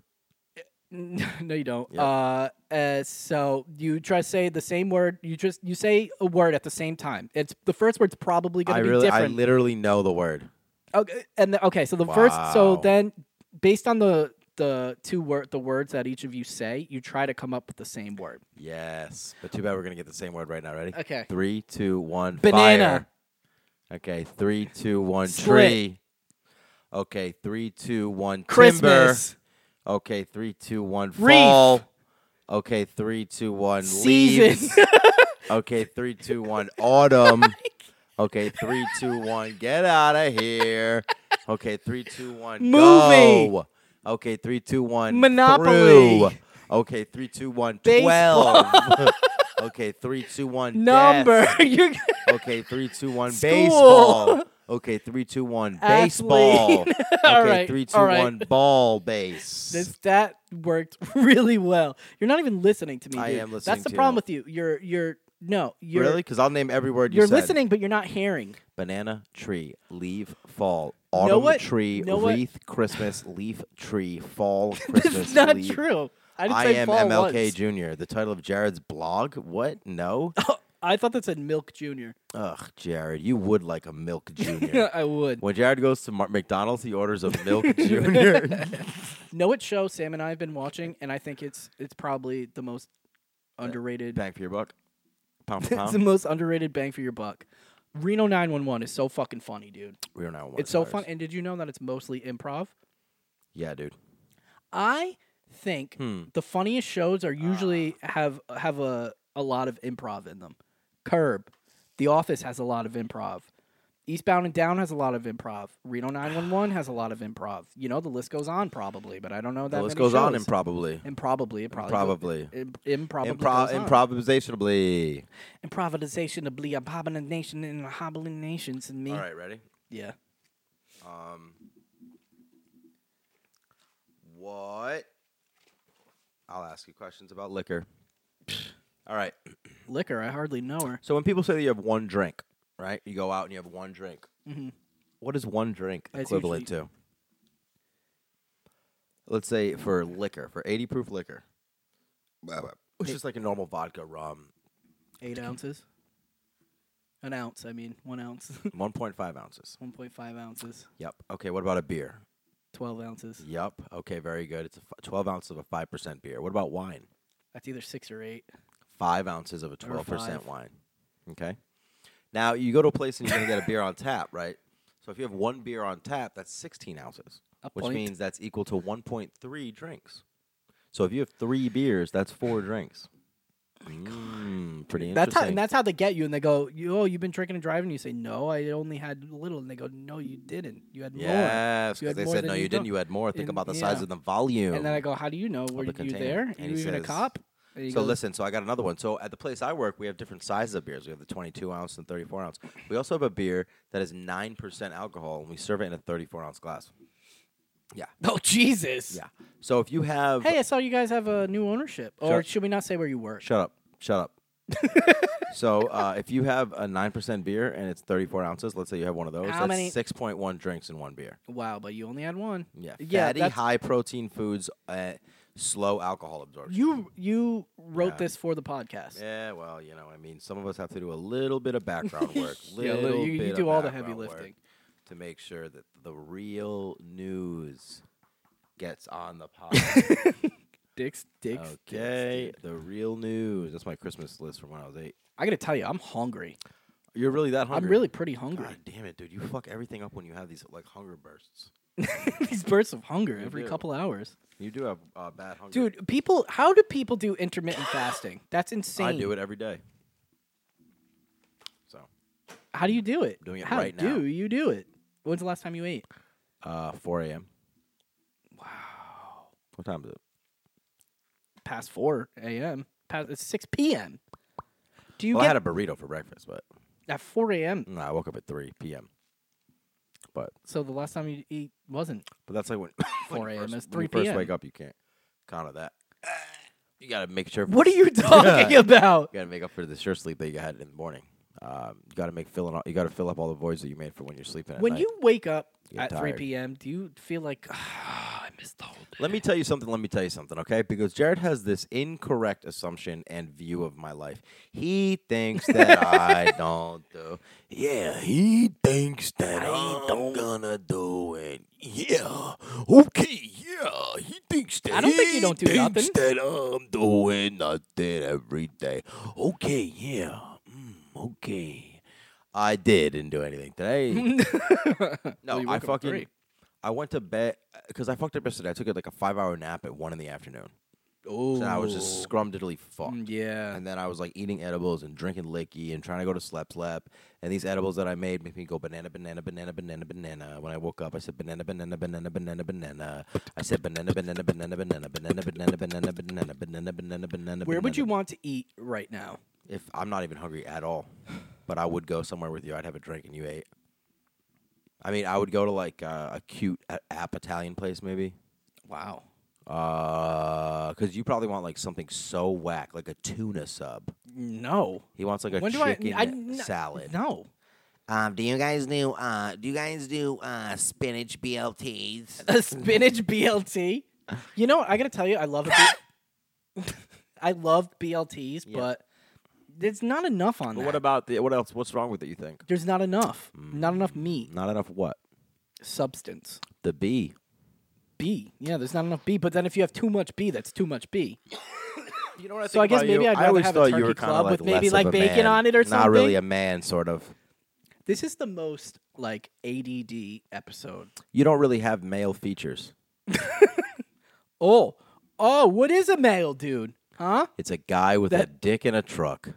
S2: N- no, you don't.
S6: Yeah.
S2: Uh, uh, so you try to say the same word. You just you say a word at the same time. It's the first word's probably going
S6: I
S2: to be
S6: really, I
S2: different.
S6: literally know the word.
S2: okay, and the, okay, so the first. So
S6: Wow.
S2: then, based on the the two word the words that each of you say, you try to come up with the same word.
S6: Yes, but too bad we're gonna get the same word right now. Ready?
S2: Okay.
S6: Three, two, one.
S2: Banana.
S6: Fire. Okay. Three, two, one.
S2: Slit.
S6: Tree. Okay. Three, two, one. Timber.
S2: Christmas.
S6: Okay, three, two, one.
S2: Reef.
S6: Fall. Okay, three, two, one. Leaves.
S2: Season.
S6: okay, three, two, one. Autumn. Okay, three, two, one. Get out of here. Okay, three, two, one.
S2: Movie.
S6: Go. Okay, three, two, one.
S2: Monopoly.
S6: Through. Okay, three, two, one.
S2: Baseball.
S6: Twelve. okay, three, two, one.
S2: Number.
S6: death.
S2: You're
S6: Okay, three, two, one.
S2: School.
S6: Baseball. Okay, three, two, one. Baseball.
S2: Athlete. All
S6: Okay,
S2: right,
S6: three, two,
S2: all right.
S6: one. Ball base.
S2: This that worked really well. You're not even listening to me.
S6: I
S2: dude.
S6: am listening
S2: That's the
S6: to
S2: problem
S6: you.
S2: with you. You're you're no. You're,
S6: really? Because I'll name every word you
S2: You're
S6: said.
S2: listening, but you're not hearing.
S6: Banana, tree, leaf, fall. Autumn,
S2: what?
S6: tree,
S2: Know what?
S6: wreath, Christmas, leaf, tree, fall, Christmas,
S2: It's not
S6: leaf.
S2: true. I didn't
S6: I
S2: say
S6: am
S2: fall
S6: MLK
S2: once.
S6: Jr., the title of Jared's blog. What? No?
S2: I thought that said Milk Junior.
S6: Ugh, Jared, you would like a Milk Jr.
S2: I would.
S6: when Jared goes to Mar- McDonald's, he orders a Milk Jr.
S2: Know what show Sam and I have been watching, and I think it's it's probably the most underrated.
S6: Bang for your buck. Pound for
S2: it's the
S6: pound.
S2: most underrated bang for your buck. Reno 911 is so fucking funny, dude.
S6: We are not one
S2: It's so fun. And did you know that it's mostly improv?
S6: Yeah, dude.
S2: I think
S6: Hmm.
S2: the funniest shows are usually
S6: Ah.
S2: have have a a lot of improv in them. Curb, The Office has a lot of improv. Eastbound and Down has a lot of improv. Reno 911 has a lot of improv. You know, the list goes on probably, but I don't know that.
S6: the list
S2: many
S6: goes on
S2: shows.
S6: improbably.
S2: Improbably, it probably
S6: Improbably.
S2: Im- improbably
S6: Impro-
S2: goes on.
S6: improvisationably.
S2: improvisation of bleed, hobbling nation and hobbling nations and me.
S6: All right, ready?
S2: Yeah.
S6: Um, what? I'll ask you questions about liquor. All right.
S2: Liquor, I hardly know her.
S6: So when people say that you have one drink, right? You go out and you have one drink.
S2: Mhm.
S6: What is one drink
S2: That's
S6: equivalent to? Let's say for liquor, for 80 proof liquor, which is like a normal vodka rum,
S2: Eight ounces. An ounce, I mean, one ounce,
S6: 1.5 ounces.
S2: 1.5 ounces,
S6: Yep. Okay, what about a beer?
S2: 12 ounces.
S6: Yep. Okay, very good. It's a f- 12 ounces of a 5% beer. What about wine?
S2: That's either six or eight.
S6: Five ounces of a
S2: Or
S6: 12%
S2: five.
S6: wine. Okay. Now, you go to a place and you're going to get a beer on tap, right? So if you have one beer on tap, that's 16 ounces,
S2: A
S6: which
S2: point.
S6: means that's equal to 1.3 drinks. So if you have three beers, that's four drinks. Mm, pretty interesting.
S2: Oh That's how, and that's how they get you. And they go, you, "Oh, you've been drinking and driving." You say, "No, I only had a little." And they go, "No, you didn't. You had more."
S6: yes,
S2: You
S6: because
S2: had
S6: they
S2: more
S6: said,
S2: than
S6: no,
S2: you
S6: you didn't.
S2: drunk.
S6: You had more. Think
S2: And-
S6: about the
S2: yeah.
S6: size of the volume.
S2: And then I go, "How do you know? Were you
S6: the container."
S2: there?
S6: And
S2: Are
S6: he
S2: you even a
S6: says-
S2: cop?" And he
S6: So
S2: goes,
S6: listen, so I got another one. So at the place I work, we have different sizes of beers. We have the 22 ounce and 34 ounce. We also have a beer that is 9% alcohol, and we serve it in a 34 ounce glass.
S2: "Oh Jesus!"
S6: Yeah. So if you have,
S2: Hey, I saw you guys have a new ownership. Or
S6: Shut-
S2: should we not say where you work?
S6: shut up, shut up. so uh, if you have a 9% beer and it's 34 ounces, let's say you have one of those,
S2: How
S6: that's
S2: many-
S6: 6.1 drinks in one beer.
S2: Wow, but you only had one.
S6: Yeah.
S2: Yeah,
S6: Fatty,
S2: that's-
S6: high protein foods, uh, slow alcohol absorption.
S2: You you wrote
S6: Yeah.
S2: this for the podcast.
S6: Yeah, well, you know, I mean, some of us have to do a little bit of background work.
S2: Yeah,
S6: little
S2: you- you
S6: bit of
S2: do all the heavy
S6: background work
S2: lifting.
S6: to make sure that the real news gets on the podcast.
S2: Dicks, dicks. dicks,
S6: okay,
S2: dude.
S6: the real news. That's my Christmas list from when I was eight.
S2: I gotta tell you, I'm hungry.
S6: You're really that hungry?
S2: I'm really pretty hungry.
S6: God damn it, dude! You fuck everything up when you have these like hunger bursts.
S2: These bursts of hunger
S6: You
S2: every
S6: do.
S2: couple hours.
S6: You do have uh, bad hunger,
S2: Dude, people, how do people do intermittent fasting? That's insane.
S6: I do it every day. So,
S2: How do you do it?
S6: Doing it
S2: how
S6: right
S2: do
S6: now.
S2: you do it? When's the last time you ate?
S6: uh, 4 a.m. Wow. What time is it?
S2: Past 4 a.m. Past it's 6 p.m. Do you
S6: well, I
S2: get
S6: had a burrito for breakfast, but
S2: at 4 a.m.?
S6: No, I woke up at 3 p.m. But
S2: So the last time you eat wasn't.
S6: but that's like when when
S2: 4
S6: you
S2: a.m.
S6: first-
S2: is
S6: when
S2: 3
S6: you First wake
S2: p.m..
S6: up, you can't count on that. You gotta make sure. for
S2: What are
S6: the-
S2: you talking
S6: Yeah.
S2: about?
S6: You gotta make up for the sure sleep that you had in the morning. Um, you gotta make filling. All, you gotta fill up all the voids that you made for when you're sleeping. At
S2: When
S6: night.
S2: you wake up
S6: You get
S2: at 3
S6: tired.
S2: p.m., do you feel like, "Ah, I missed the whole day?
S6: Let me tell you something. Let me tell you something, okay? Because Jared has this incorrect assumption and view of my life. He thinks that I don't do. Yeah, he thinks that I am gonna do it. Yeah, okay, yeah. He thinks that
S2: I don't think you
S6: he
S2: don't do
S6: thinks
S2: nothing.
S6: That I'm doing nothing every day. Okay, yeah. Mm, okay. I did didn't do anything today. No,
S2: Well, you
S6: I
S2: woke up at
S6: fucking.
S2: three.
S6: I went to bed because I fucked up yesterday. I took like a five hour nap at one in the afternoon. Oh. So I was just scrumdiddly fucked.
S2: Mm, Yeah.
S6: And then I was like eating edibles and drinking licky and trying to go to slep slep. And these edibles that I made make me go banana, banana, banana, banana, banana. When I woke up, I said banana, banana, banana, banana, banana. I said banana, banana, banana, banana, banana, banana, banana, banana, banana, banana, banana.
S2: Where would you
S6: banana.
S2: want to eat right now?
S6: If I'm not even hungry at all, but I would go somewhere with you. I'd have a drink and you ate. I mean, I would go to like uh, a cute a- app Italian place maybe.
S2: Wow.
S6: Uh, cause you probably want like something so whack, like a tuna sub.
S2: No.
S6: He wants like a
S2: When do I-
S6: chicken
S2: I- n-
S6: salad.
S2: No.
S6: Um, do you guys do uh, do you guys do uh, spinach BLTs?
S2: A spinach BLT. You know, what? I gotta tell you, I love it. I love BLTs,
S6: Yeah.
S2: but there's not enough on
S6: But
S2: that.
S6: what Mm. about the what else? What's wrong with it? You think
S2: there's not enough, not enough meat
S6: not enough? What
S2: substance.
S6: the B?
S2: B. Yeah, there's not enough B. But then if you have too much B, that's too much B.
S6: You know what I
S2: So I guess maybe I'd
S6: I
S2: rather
S6: always
S2: have a
S6: thought you
S2: turkey
S6: were kinda,
S2: club
S6: like
S2: with maybe,
S6: less of
S2: like,
S6: a
S2: bacon
S6: man.
S2: on it or
S6: Not really
S2: something.
S6: a man, sort of.
S2: This is the most like ADD episode.
S6: You don't really have male features.
S2: Oh, oh, what is a male dude? Huh?
S6: It's a guy with a
S2: That-
S6: dick in a truck.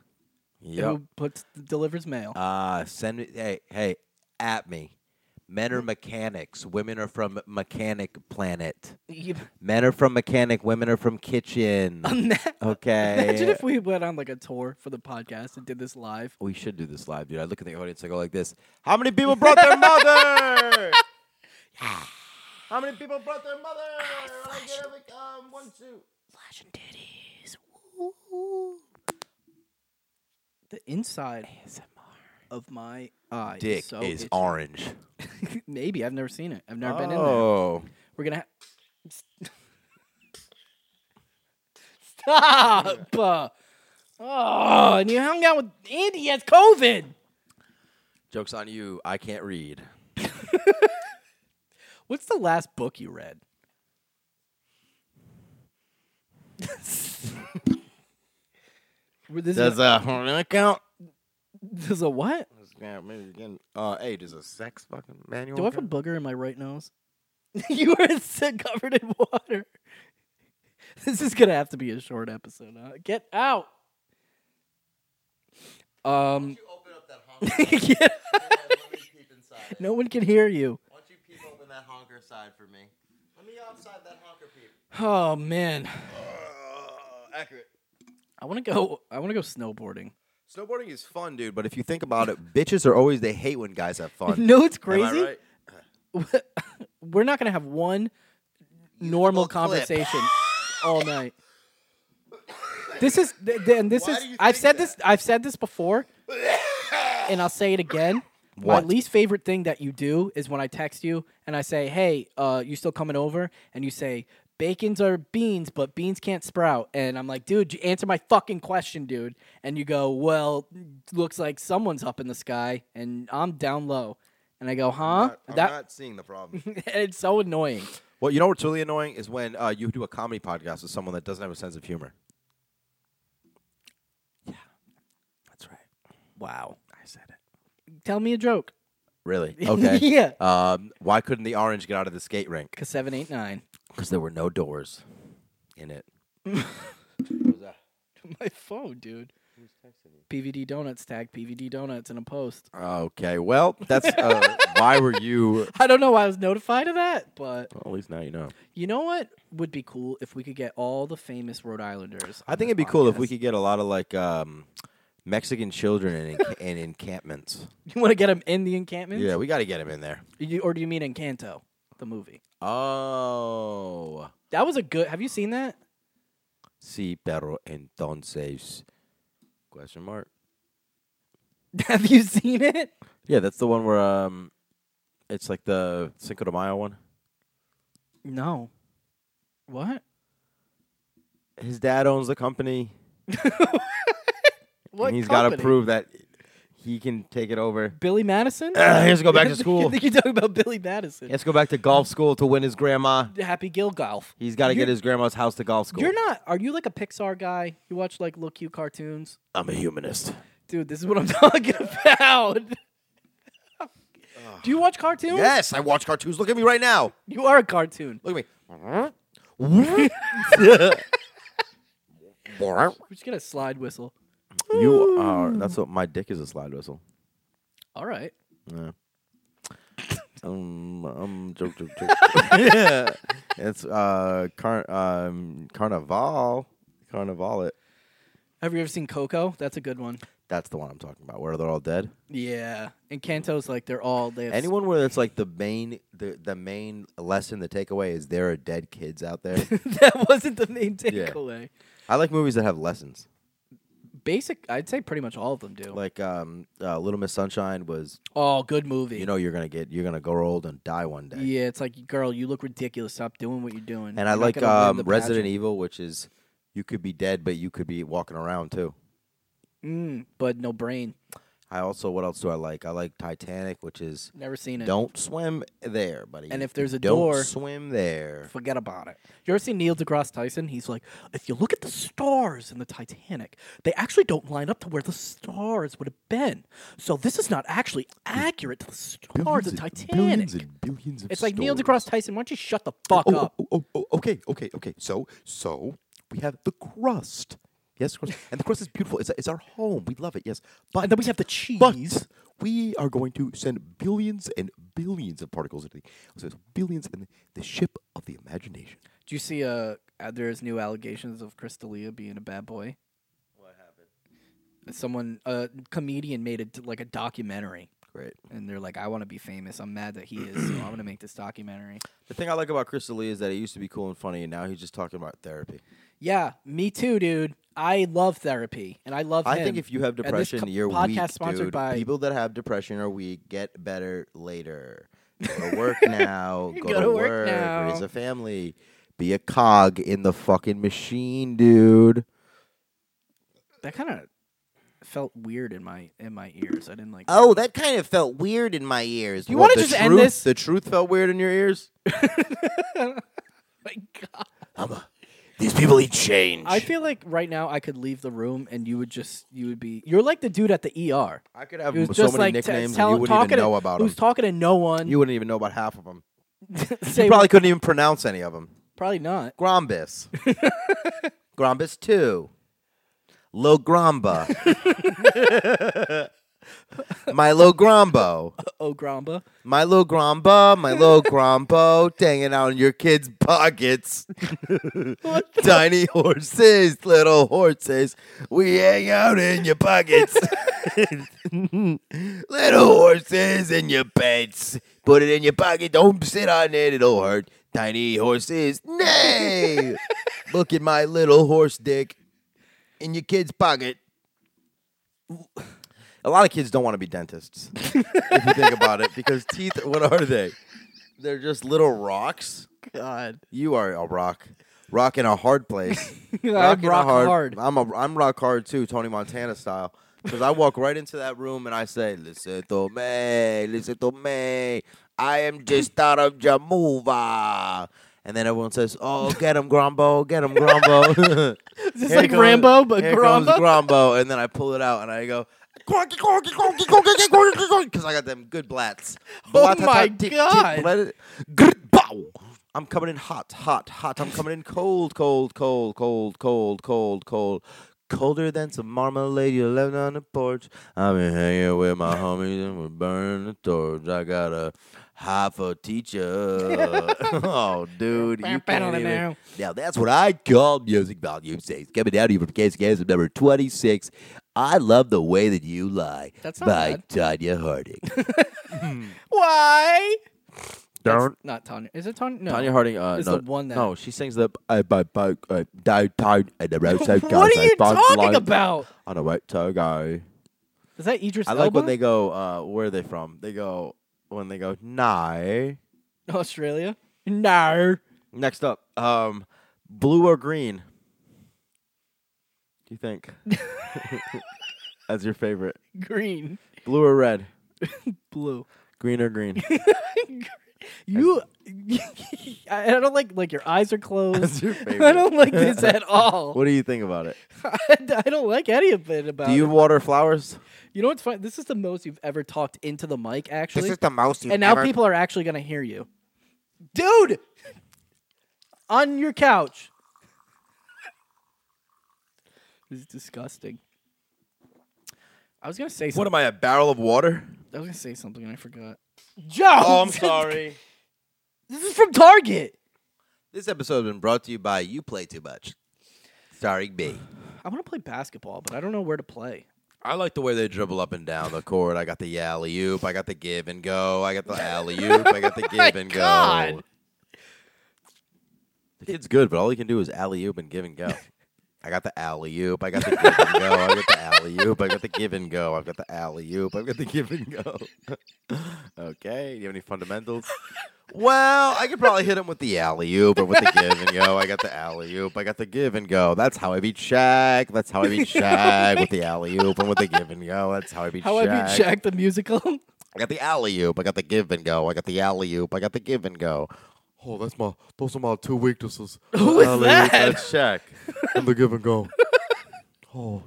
S6: Yep.
S2: Who puts delivers mail?
S6: Uh, send me. Hey, hey, at me. Men are mechanics. Women are from mechanic planet.
S2: You-
S6: Men are from mechanic. Women are from kitchen. okay.
S2: Imagine if we went on like a tour for the podcast and did this live.
S6: we should do this live, dude. I look at the audience. I go like this. How many people brought their mother? How many people brought their mother?
S2: Ah,
S6: I get every, um, one, two.
S2: The inside of my eye
S6: Dick
S2: so
S6: is
S2: itchy.
S6: orange.
S2: Maybe I've never seen it. I've never been in there.
S6: oh,
S2: We're gonna. Ha- Stop! Oh, and you hung out with Andy. He has COVID.
S6: jokes on you. I can't read.
S2: What's the last book you read? Well, this, is
S6: Does
S2: a,
S6: uh, really count?
S2: this is a what?
S6: Yeah, maybe again. Uh, hey, does a sex fucking manual?
S2: Do I have a booger in my right nose? you are so covered in water. This is gonna have to be a short episode. Huh? Get out. Um.
S6: open up that
S2: yeah.
S6: Let me peep inside.
S2: No one can hear you.
S6: Why don't you peep open that honker side for me? Let me outside that honker peep.
S2: Oh man,
S6: accurate.
S2: I want to go. I want to go snowboarding.
S6: Snowboarding is fun, dude. But if you think about it, bitches are always they hate when guys have fun.
S2: No, it's
S6: Am I
S2: crazy.
S6: right?
S2: We're not gonna have one normal
S6: Little clip.
S2: conversation all night. This is th- th- and this
S6: Why
S2: is.
S6: do you
S2: I've
S6: think
S2: said this.
S6: that?
S2: I've said this before, and I'll say it again.
S6: What?
S2: My least favorite thing that you do is when I text you and I say, "Hey, uh, you still coming over?" and you say, "Bacon's are beans, but beans can't sprout." And I'm like, "Dude, you answer my fucking question, dude." And you go, "Well, looks like someone's up in the sky and I'm down low." And I go, "Huh?" that
S6: seeing the problem.
S2: it's so annoying.
S6: well, you know what's really annoying is when uh, you do a comedy podcast with someone that doesn't have a sense of humor. Yeah, that's right.
S2: Wow.
S6: I said it.
S2: Tell me a joke.
S6: Really? Okay.
S2: Yeah.
S6: Um, why couldn't the orange get out of the skate rink?
S2: Cause seven, eight, nine.
S6: Because there were no doors in it.
S2: My phone, dude. PVD Donuts tag PVD Donuts in a post.
S6: Okay, well, that's uh, why were you?
S2: I don't know why I was notified of that, but
S6: Well, at least now you know.
S2: you know what would be cool if we could get all the famous Rhode Islanders.
S6: I
S2: on
S6: think
S2: this
S6: it'd be cool if we
S2: podcast.
S6: could get a lot of like um, Mexican children in, enc- in encampments.
S2: You want to get them in the encampment?
S6: Yeah, we got to get them in there.
S2: You, or do you mean Encanto, the movie?
S6: Oh,
S2: That was a good. Have you seen that?
S6: sí, pero entonces? Question mark.
S2: have you seen it?
S6: Yeah, that's the one where um, it's like the Cinco de Mayo one.
S2: No. What?
S6: His dad owns the company,
S2: What?
S6: and he's
S2: got
S6: to prove that he can take it over.
S2: Billy Madison.
S6: Uh, he has to go back to
S2: I
S6: school.
S2: think you're talking about Billy Madison.
S6: He has to go back to golf school to win his grandma.
S2: Happy Gilgolf.
S6: He's got to get
S2: You're-
S6: his grandma's house to golf school.
S2: You're not. Are you like a Pixar guy? You watch like little cute cartoons,
S6: I'm a humanist.
S2: dude. This is what I'm talking about. Do you watch cartoons?
S6: Yes, I watch cartoons. Look at me right now.
S2: You are a cartoon.
S6: Look at me.
S2: We're just gonna slide whistle.
S6: you are. That's what my dick is a slide whistle.
S2: All right.
S6: Um, um, joke, joke, joke. yeah, it's uh, car- um, carnival, carnival. It.
S2: Have you ever seen Coco? That's a good one.
S6: That's the one I'm talking about. Where they're all dead.
S2: Yeah. And Kanto's like they're all they. Have s-
S6: Anyone where it's like the main, the the main lesson, the takeaway is there are dead kids out there.
S2: that wasn't the main
S6: Yeah.
S2: takeaway.
S6: I like movies that have lessons.
S2: Basic. I'd say pretty much all of them do.
S6: Like um, uh, Little Miss Sunshine was,
S2: oh, good movie.
S6: you know, you're gonna get, you're gonna grow old and die one day.
S2: Yeah, it's like, girl, you look ridiculous. Stop doing what you're doing.
S6: And I like um, Resident Evil, which is you could be dead, but you could be walking around too.
S2: Evil, but Mm, no brain.
S6: I also what else do I like? I like Titanic, which is
S2: Never seen it.
S6: don't swim there, buddy.
S2: And if there's a
S6: don't
S2: door-
S6: swim there.
S2: Forget about it. You ever seen Neil deGrasse Tyson? He's like, if you look at the stars in the Titanic, they actually don't line up to where the stars would have been. So this is not actually accurate to the stars of the Titanic.
S1: billions of
S2: It's like Neil deGrasse Tyson. Why don't you shut the fuck
S1: oh,
S2: up?
S1: oh, oh, oh, okay, okay, okay. So, so we have the crust. Yes, crust. and the crust is beautiful. It's, it's our home. We love it. Yes, but
S2: And then we have the cheese.
S1: But we are going to send billions and billions of particles into the so it's billions in the ship of the imagination.
S2: Do you see uh uh, there's new allegations of Crystalia being a bad boy? What happened? Someone a comedian made a d- like a documentary
S6: Great.
S2: and they're like I want to be famous. I'm mad that he is, so I'm going to make this documentary.
S6: The thing I like about Chris Lee is that he used to be cool and funny, and now he's just talking about therapy.
S2: Yeah, me too, dude. I love therapy and I love
S6: I
S2: him.
S6: think if you have
S2: And this
S6: depression,
S2: co-
S6: you're
S2: podcast
S6: weak,
S2: sponsored
S6: dude.
S2: by
S6: People that have depression are weak. Get better later. Go to work now. Go, to, work,
S2: now.
S6: Raise a family. Be a cog in the fucking machine, dude.
S2: that kind of felt weird in my in my ears. I didn't like
S6: Oh, that kind of felt weird in my ears.
S2: Do you
S6: What,
S2: wanna
S6: the
S2: just end
S6: truth-
S2: this?
S6: The truth felt weird in your ears.
S2: my god.
S6: These people eat change.
S2: I feel like right now I could leave the room and you would just you would be you're like the dude at the ER.
S6: I could have
S2: Who's
S6: so
S2: just
S6: many
S2: like t-
S6: nicknames,
S2: tell-
S6: and you wouldn't
S2: talking
S6: even
S2: to-
S6: know about
S2: who's
S6: them.
S2: talking to no one.
S6: You wouldn't even know about half of them.
S2: Say,
S6: You probably couldn't even pronounce any of them.
S2: probably not.
S6: Grombus. Grombus 2. Lo Gromba. Milo Grombo.
S2: Oh, Gramba.
S6: Milo Gromba. Milo Grombo. Danging out in your kids' pockets. Tiny horses, little horses. We hang out in your pockets. little horses in your pants. Put it in your pocket. Don't sit on it. It'll hurt. Tiny horses. Nay. Look at my little horse dick in your kid's pocket. A lot of kids don't want to be dentists, if you think about it, because teeth, what are they? They're just little rocks.
S2: God.
S6: You are a rock. Rock in a hard place.
S2: I'm
S6: in a
S2: rock hard.
S6: I'm a I'm rock hard too, Tony Montana style. Because I walk right into that room and I say, "Listen to me, listen to me. I am just out of Jamaica." And then everyone says, "Oh, get him, Grombo! Get him, Grombo!"
S2: Is this
S6: Here
S2: like
S6: comes-
S2: Rambo, but
S6: here comes
S2: Gramba?
S6: Grombo, and then I pull it out and I go, "Corky, corky, corky, corky, corky, corky, corky," because I got them good blats.
S2: Oh
S6: Blatata,
S2: my
S6: tick, tick,
S2: God.
S6: blat- grr, bow. I'm coming in hot, hot, hot. I'm coming in cold, cold, cold, cold, cold, cold, cold. Colder than some marmalade you left on the porch. I've been hanging with my homies and we're burning the torch. I got a high for teacher. oh, dude, you can't even. Now that's what I call music volume six. Coming down to you from Case Case number twenty six. I love the way that you lie
S2: That's not
S6: by
S2: bad.
S6: Tanya Harding.
S2: Why?
S6: Don't
S2: That's not Tanya. Is it Tanya? No.
S6: Tanya Harding uh,
S2: Is
S6: no,
S2: the one that-
S6: no, she sings the I by by uh, downtown and the roadside
S2: what
S6: guys.
S2: are
S6: I
S2: you
S6: find
S2: talking
S6: blind
S2: about?
S6: On a roadside guy.
S2: Is that Idris
S6: I like
S2: Elba?
S6: when they go. Uh, where are they from? They go when they go. Nah.
S2: Australia? No.
S6: Next up, um, blue or green? Do you think? That's your favorite.
S2: Green.
S6: Blue or red?
S2: Blue.
S6: Green or green?
S2: You. I I don't like like your eyes are
S6: That's
S2: closed.
S6: your
S2: I
S6: favorite.
S2: don't like this at all.
S6: What do you think about it?
S2: I don't like any of it about
S6: Do you
S2: it.
S6: water flowers?
S2: You know what's funny? This is the most you've ever talked into the mic, actually.
S6: the most.
S2: and now people are actually gonna hear you, dude. On your couch. This is disgusting. I was gonna say
S6: What
S2: something.
S6: am I? A barrel of water?
S2: I was gonna say something and I forgot. Joe.
S6: Oh,
S2: this is from Target.
S6: this episode has been brought to you by You Play Too Much, starring me.
S2: I want to play basketball, but I don't know where to play.
S6: I like the way they dribble up and down the court. I got the alley oop. I got the give and go. I got the alley oop. I got the give and go.
S2: God.
S6: The kid's good, but all he can do is alley oop and give and go. I got the alley oop. I got the give and go. I got the alley oop. I got the give and go. I've got the alley oop. I've got the give and go. okay. You have any fundamentals? Well, I could probably hit him with the alley oop or with the give and go. I got the alley oop. I got the give and go. That's how I beat Shaq. That's how I beat Shaq with the alley oop and with the give and go. That's how I beat
S2: How I
S6: Shaq.
S2: Beat Shaq the musical.
S6: I got the alley oop. I got the give and go. I got the alley oop. I got the give and go.
S1: Oh, that's my. Those are my two weaknesses.
S2: Who is
S1: Alley-oop
S2: that?
S1: and Shaq. and the give and go. Oh,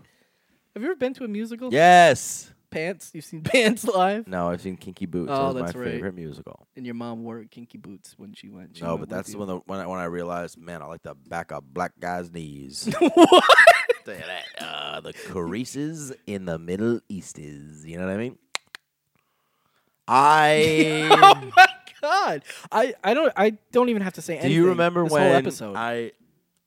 S2: Have you ever been to a musical?
S6: Yes.
S2: Pants. You've seen Pants live.
S6: No, I've seen Kinky Boots.
S2: Oh,
S6: that was
S2: that's
S6: my
S2: right.
S6: favorite musical.
S2: And your mom wore kinky boots when she went. She went
S6: no, but
S2: with
S6: that's
S2: you.
S6: when the when I, when I realized, man, I like to back up black guys' knees.
S2: what?
S6: uh, the creases in the Middle East is. You know what I mean? I.
S2: Oh my god! I, I don't I don't even have to say
S6: Do
S2: anything.
S6: you remember
S2: this
S6: when
S2: whole episode?
S6: I?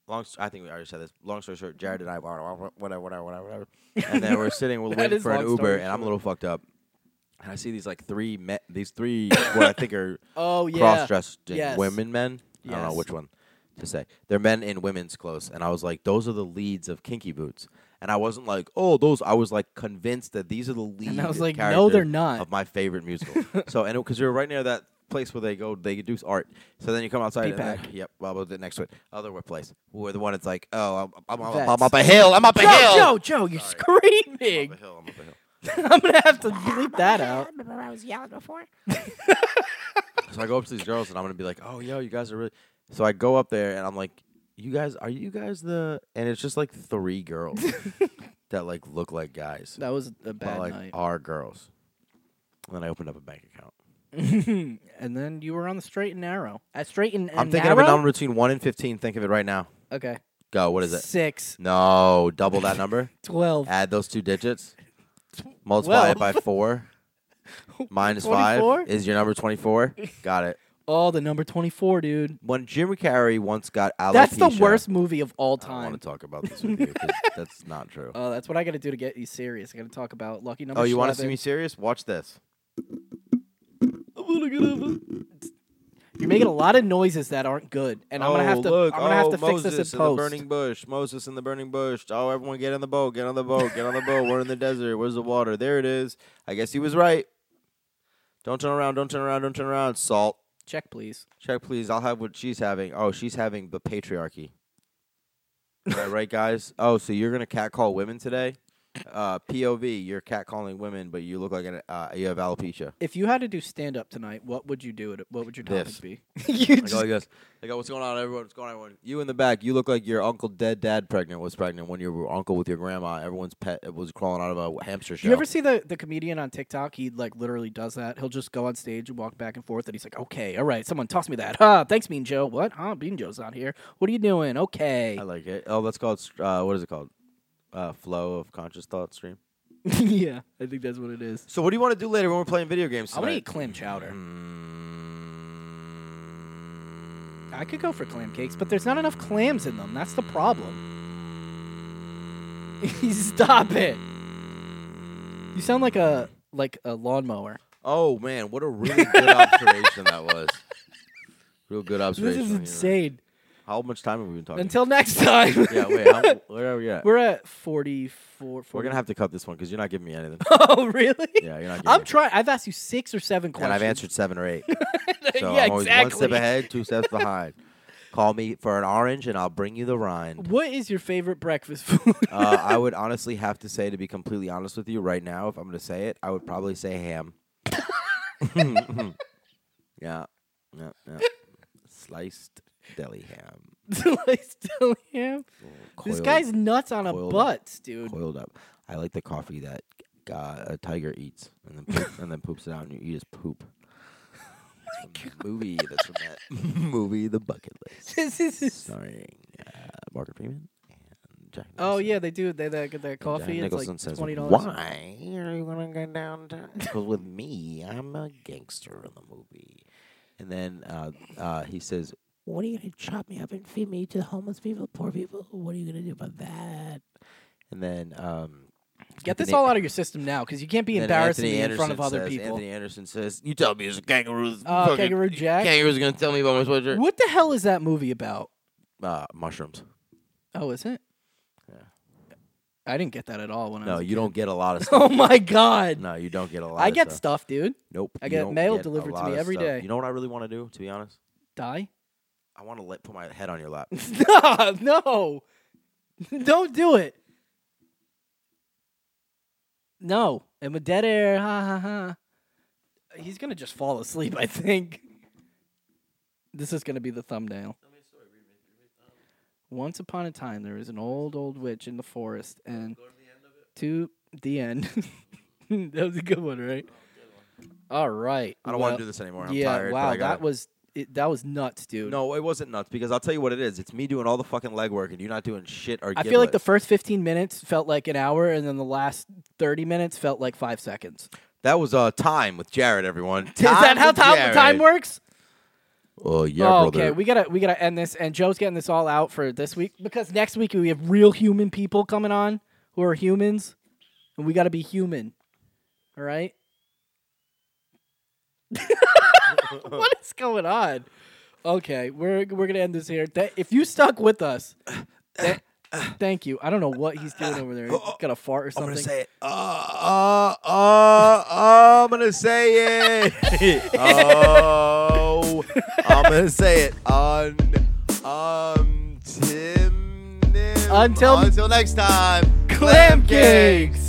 S6: Long, s- I think we already said this. Long story short, Jared and I, whatever, whatever, whatever, whatever. And then we're sitting, we're
S2: That
S6: waiting
S2: is
S6: for an
S2: long
S6: Uber,
S2: story
S6: and I'm a
S2: short.
S6: little fucked up. And I see these like three, me- these three, what I think are
S2: oh yeah.
S6: cross-dressed
S2: Yes.
S6: women men. I don't know
S2: Yes.
S6: which one to say. They're men in women's clothes, and I was like, those are the leads of Kinky Boots, and I wasn't like, oh, those. I was like convinced that these are the leads.
S2: I was like, no, they're not.
S6: Of my favorite musical. so, and because you're right near that place where they go, they do art. So then you come outside. and then-
S2: Peapack.
S6: yep. Well, we'll do the next one. Other place where the one it's like, oh, I'm, I'm, I'm,
S2: Vets.
S6: I'm up a hill. I'm up a
S2: Joe,
S6: hill.
S2: Joe, Joe, you're
S6: I'm
S2: screaming!
S6: up a hill. I'm up a hill.
S2: I'm gonna have to bleep that out.
S6: So I go up to these girls and I'm gonna be like, "Oh, yo, you guys are really." So I go up there and I'm like, "You guys, are you guys the?" And it's just like three girls that like look like guys,
S2: That was a
S6: but
S2: bad
S6: like
S2: night.
S6: are girls. And then I opened up a bank account.
S2: and then you were on the straight and narrow. At straight and,
S6: I'm
S2: and
S6: thinking
S2: narrow.
S6: of a number between one and fifteen. Think of it right now.
S2: Okay.
S6: Go. What is it?
S2: Six,
S6: No, double that number.
S2: twelve,
S6: Add those two digits. Multiply it by four. Minus five
S2: 24?
S6: is your number twenty-four. Got it.
S2: Oh, the number twenty-four, dude.
S6: When Jim Carrey once got alopecia.
S2: That's the worst movie of all
S6: I
S2: time.
S6: want to talk about this with you 'cause that's not true.
S2: Oh, that's what I got to do to get you serious. I got to talk about lucky number.
S6: oh, you want to see
S2: 11.
S6: me serious? Watch this.
S2: I'm gonna get over. You're making a lot of noises that aren't good, and I'm gonna have to. I'm gonna have to fix
S6: Oh, Moses
S2: this in
S6: in
S2: post.
S6: the burning bush. Moses in the burning bush. Oh, everyone get on the boat. Get on the boat. Get on the boat. We're in the desert. Where's the water? There it is. I guess he was right. Don't turn around. Don't turn around. Don't turn around. Salt.
S2: Check, please.
S6: Check, please. I'll have what she's having. Oh, she's having the patriarchy. Am I right, guys? Oh, so you're gonna catcall women today? Uh, POV. You're catcalling women, but you look like an uh, you have alopecia.
S2: If you had to do stand up tonight, what would you do? It. What would your topic
S6: This.
S2: be? you
S6: I go like this. I go, what's going on, everyone? What's going on, everyone? You in the back, you look like your uncle dead dad pregnant was pregnant when your uncle with your grandma, everyone's pet was crawling out of a hamster shell.
S2: you ever see the, the comedian on TikTok? He like literally does that. He'll just go on stage and walk back and forth, and he's like, "Okay, all right, someone toss me that." Huh? Thanks, Mean Joe. What? Huh? Mean Joe's not here. What are you doing? Okay.
S6: I like it. Oh, that's called, str- uh, what is it called? Uh, flow of conscious thought stream.
S2: yeah, I think that's what it is.
S6: So what do you want to do later when we're playing video games
S2: I want to
S6: tonight?
S2: eat clam chowder.
S6: Mm.
S2: I could go for clam cakes, but there's not enough clams in them. That's the problem.
S6: Mm.
S2: Stop it. You sound like a like a lawnmower.
S6: Oh, man, what a really good observation that was. Real good
S2: This
S6: observation.
S2: is
S6: You're right.
S2: insane.
S6: How much time have we been talking?
S2: Until next time.
S6: yeah, wait, how, where are we at?
S2: We're at 44.
S6: We're going to have to cut this one because you're not giving me anything.
S2: Oh, really?
S6: Yeah, you're not giving
S2: I'm
S6: me-
S2: trying. I've asked you six or seven questions.
S6: and I've answered seven or eight. So
S2: yeah,
S6: I'm always
S2: exactly.
S6: one step ahead, two steps behind. Call me for an orange, and I'll bring you the rind.
S2: What is your favorite breakfast food?
S6: Uh, I would honestly have to say, to be completely honest with you, right now, if I'm going to say it, I would probably say ham. yeah, yeah, yeah. Sliced deli ham,
S2: Do I still am? This
S6: Coiled-
S2: guy's nuts on a
S6: coiled-
S2: butts, dude.
S6: coiled up. I like the coffee that uh, a tiger eats and then poop, and then poops it out, and you eat his poop.
S2: Oh
S6: That's from the movie. That's from that movie, The Bucket List.
S2: This is.
S6: starring uh, Morgan Freeman and Jack.
S2: Oh
S6: Nicholson.
S2: yeah, they do. They they get that
S6: And
S2: coffee. It's
S6: Jack Nicholson
S2: like
S6: says,
S2: twenty dollars.
S6: "Why are you gonna go downtown? Because with me, I'm a gangster in the movie." And then uh, uh, he says, "What are you gonna chop me up and feed me to the homeless people, poor people? What are you gonna do about that?" And then, um,
S2: Get this
S6: Anthony-
S2: all out of your system now, because you can't be
S6: then
S2: embarrassing me
S6: Anthony
S2: in front of
S6: Anderson
S2: other
S6: says-
S2: people.
S6: Anthony Anderson says, "You tell me it's a kangaroo,
S2: Uh,
S6: fucking-
S2: Kangaroo Jack?
S6: Kangaroo's gonna tell me about my sweatshirt."
S2: What the hell is that movie about?
S6: Uh, mushrooms.
S2: Oh, is it?
S6: Yeah.
S2: I I didn't get that at all when I
S6: No,
S2: was.
S6: you don't get a lot of
S2: Oh
S6: stuff.
S2: my god.
S6: No, you don't get a lot.
S2: I
S6: of
S2: get
S6: stuff.
S2: stuff, dude.
S6: Nope.
S2: I
S6: you
S2: get
S6: don't
S2: mail
S6: a
S2: delivered to
S6: lot
S2: me
S6: of
S2: every
S6: stuff.
S2: day.
S6: You know what I really want to do? To be honest,
S2: Die.
S6: I want to let put my head on your lap.
S2: Stop. No. don't do it. No. I'm a dead air. Ha ha ha. He's gonna just fall asleep. I think. This is gonna be the thumbnail. Once upon a time, there was an old, old witch in the forest, and to the end. Oh, that was a good one, right? All right.
S6: I don't want to do this anymore. I'm
S2: yeah.
S6: tired. but
S2: wow.
S6: I gotta-
S2: That was it, that was nuts, dude.
S6: No, it wasn't nuts because I'll tell you what it is. It's me doing all the fucking legwork and you're not doing shit or.
S2: I feel like the
S6: giblet.
S2: first 15 minutes felt like an hour, and then the last 30 minutes felt like five seconds.
S6: that was uh time with Jared. Everyone,
S2: Is that how time, time works?
S6: Oh yeah,
S2: oh,
S6: brother.
S2: okay, we gotta we gotta end this, and Joe's getting this all out for this week because next week we have real human people coming on who are humans, and we gotta be human. All right. what is going on? Okay, we're we're gonna end this here. Th- if you stuck with us. th- Thank you. I don't know what he's doing over there. He's got a fart or
S6: I'm
S2: something.
S6: gonna say it. Uh, uh, uh, uh, I'm gonna say it. oh, I'm gonna say it. Un, um, Tim. Nim.
S2: Until-
S6: until next time.
S2: Clam cakes.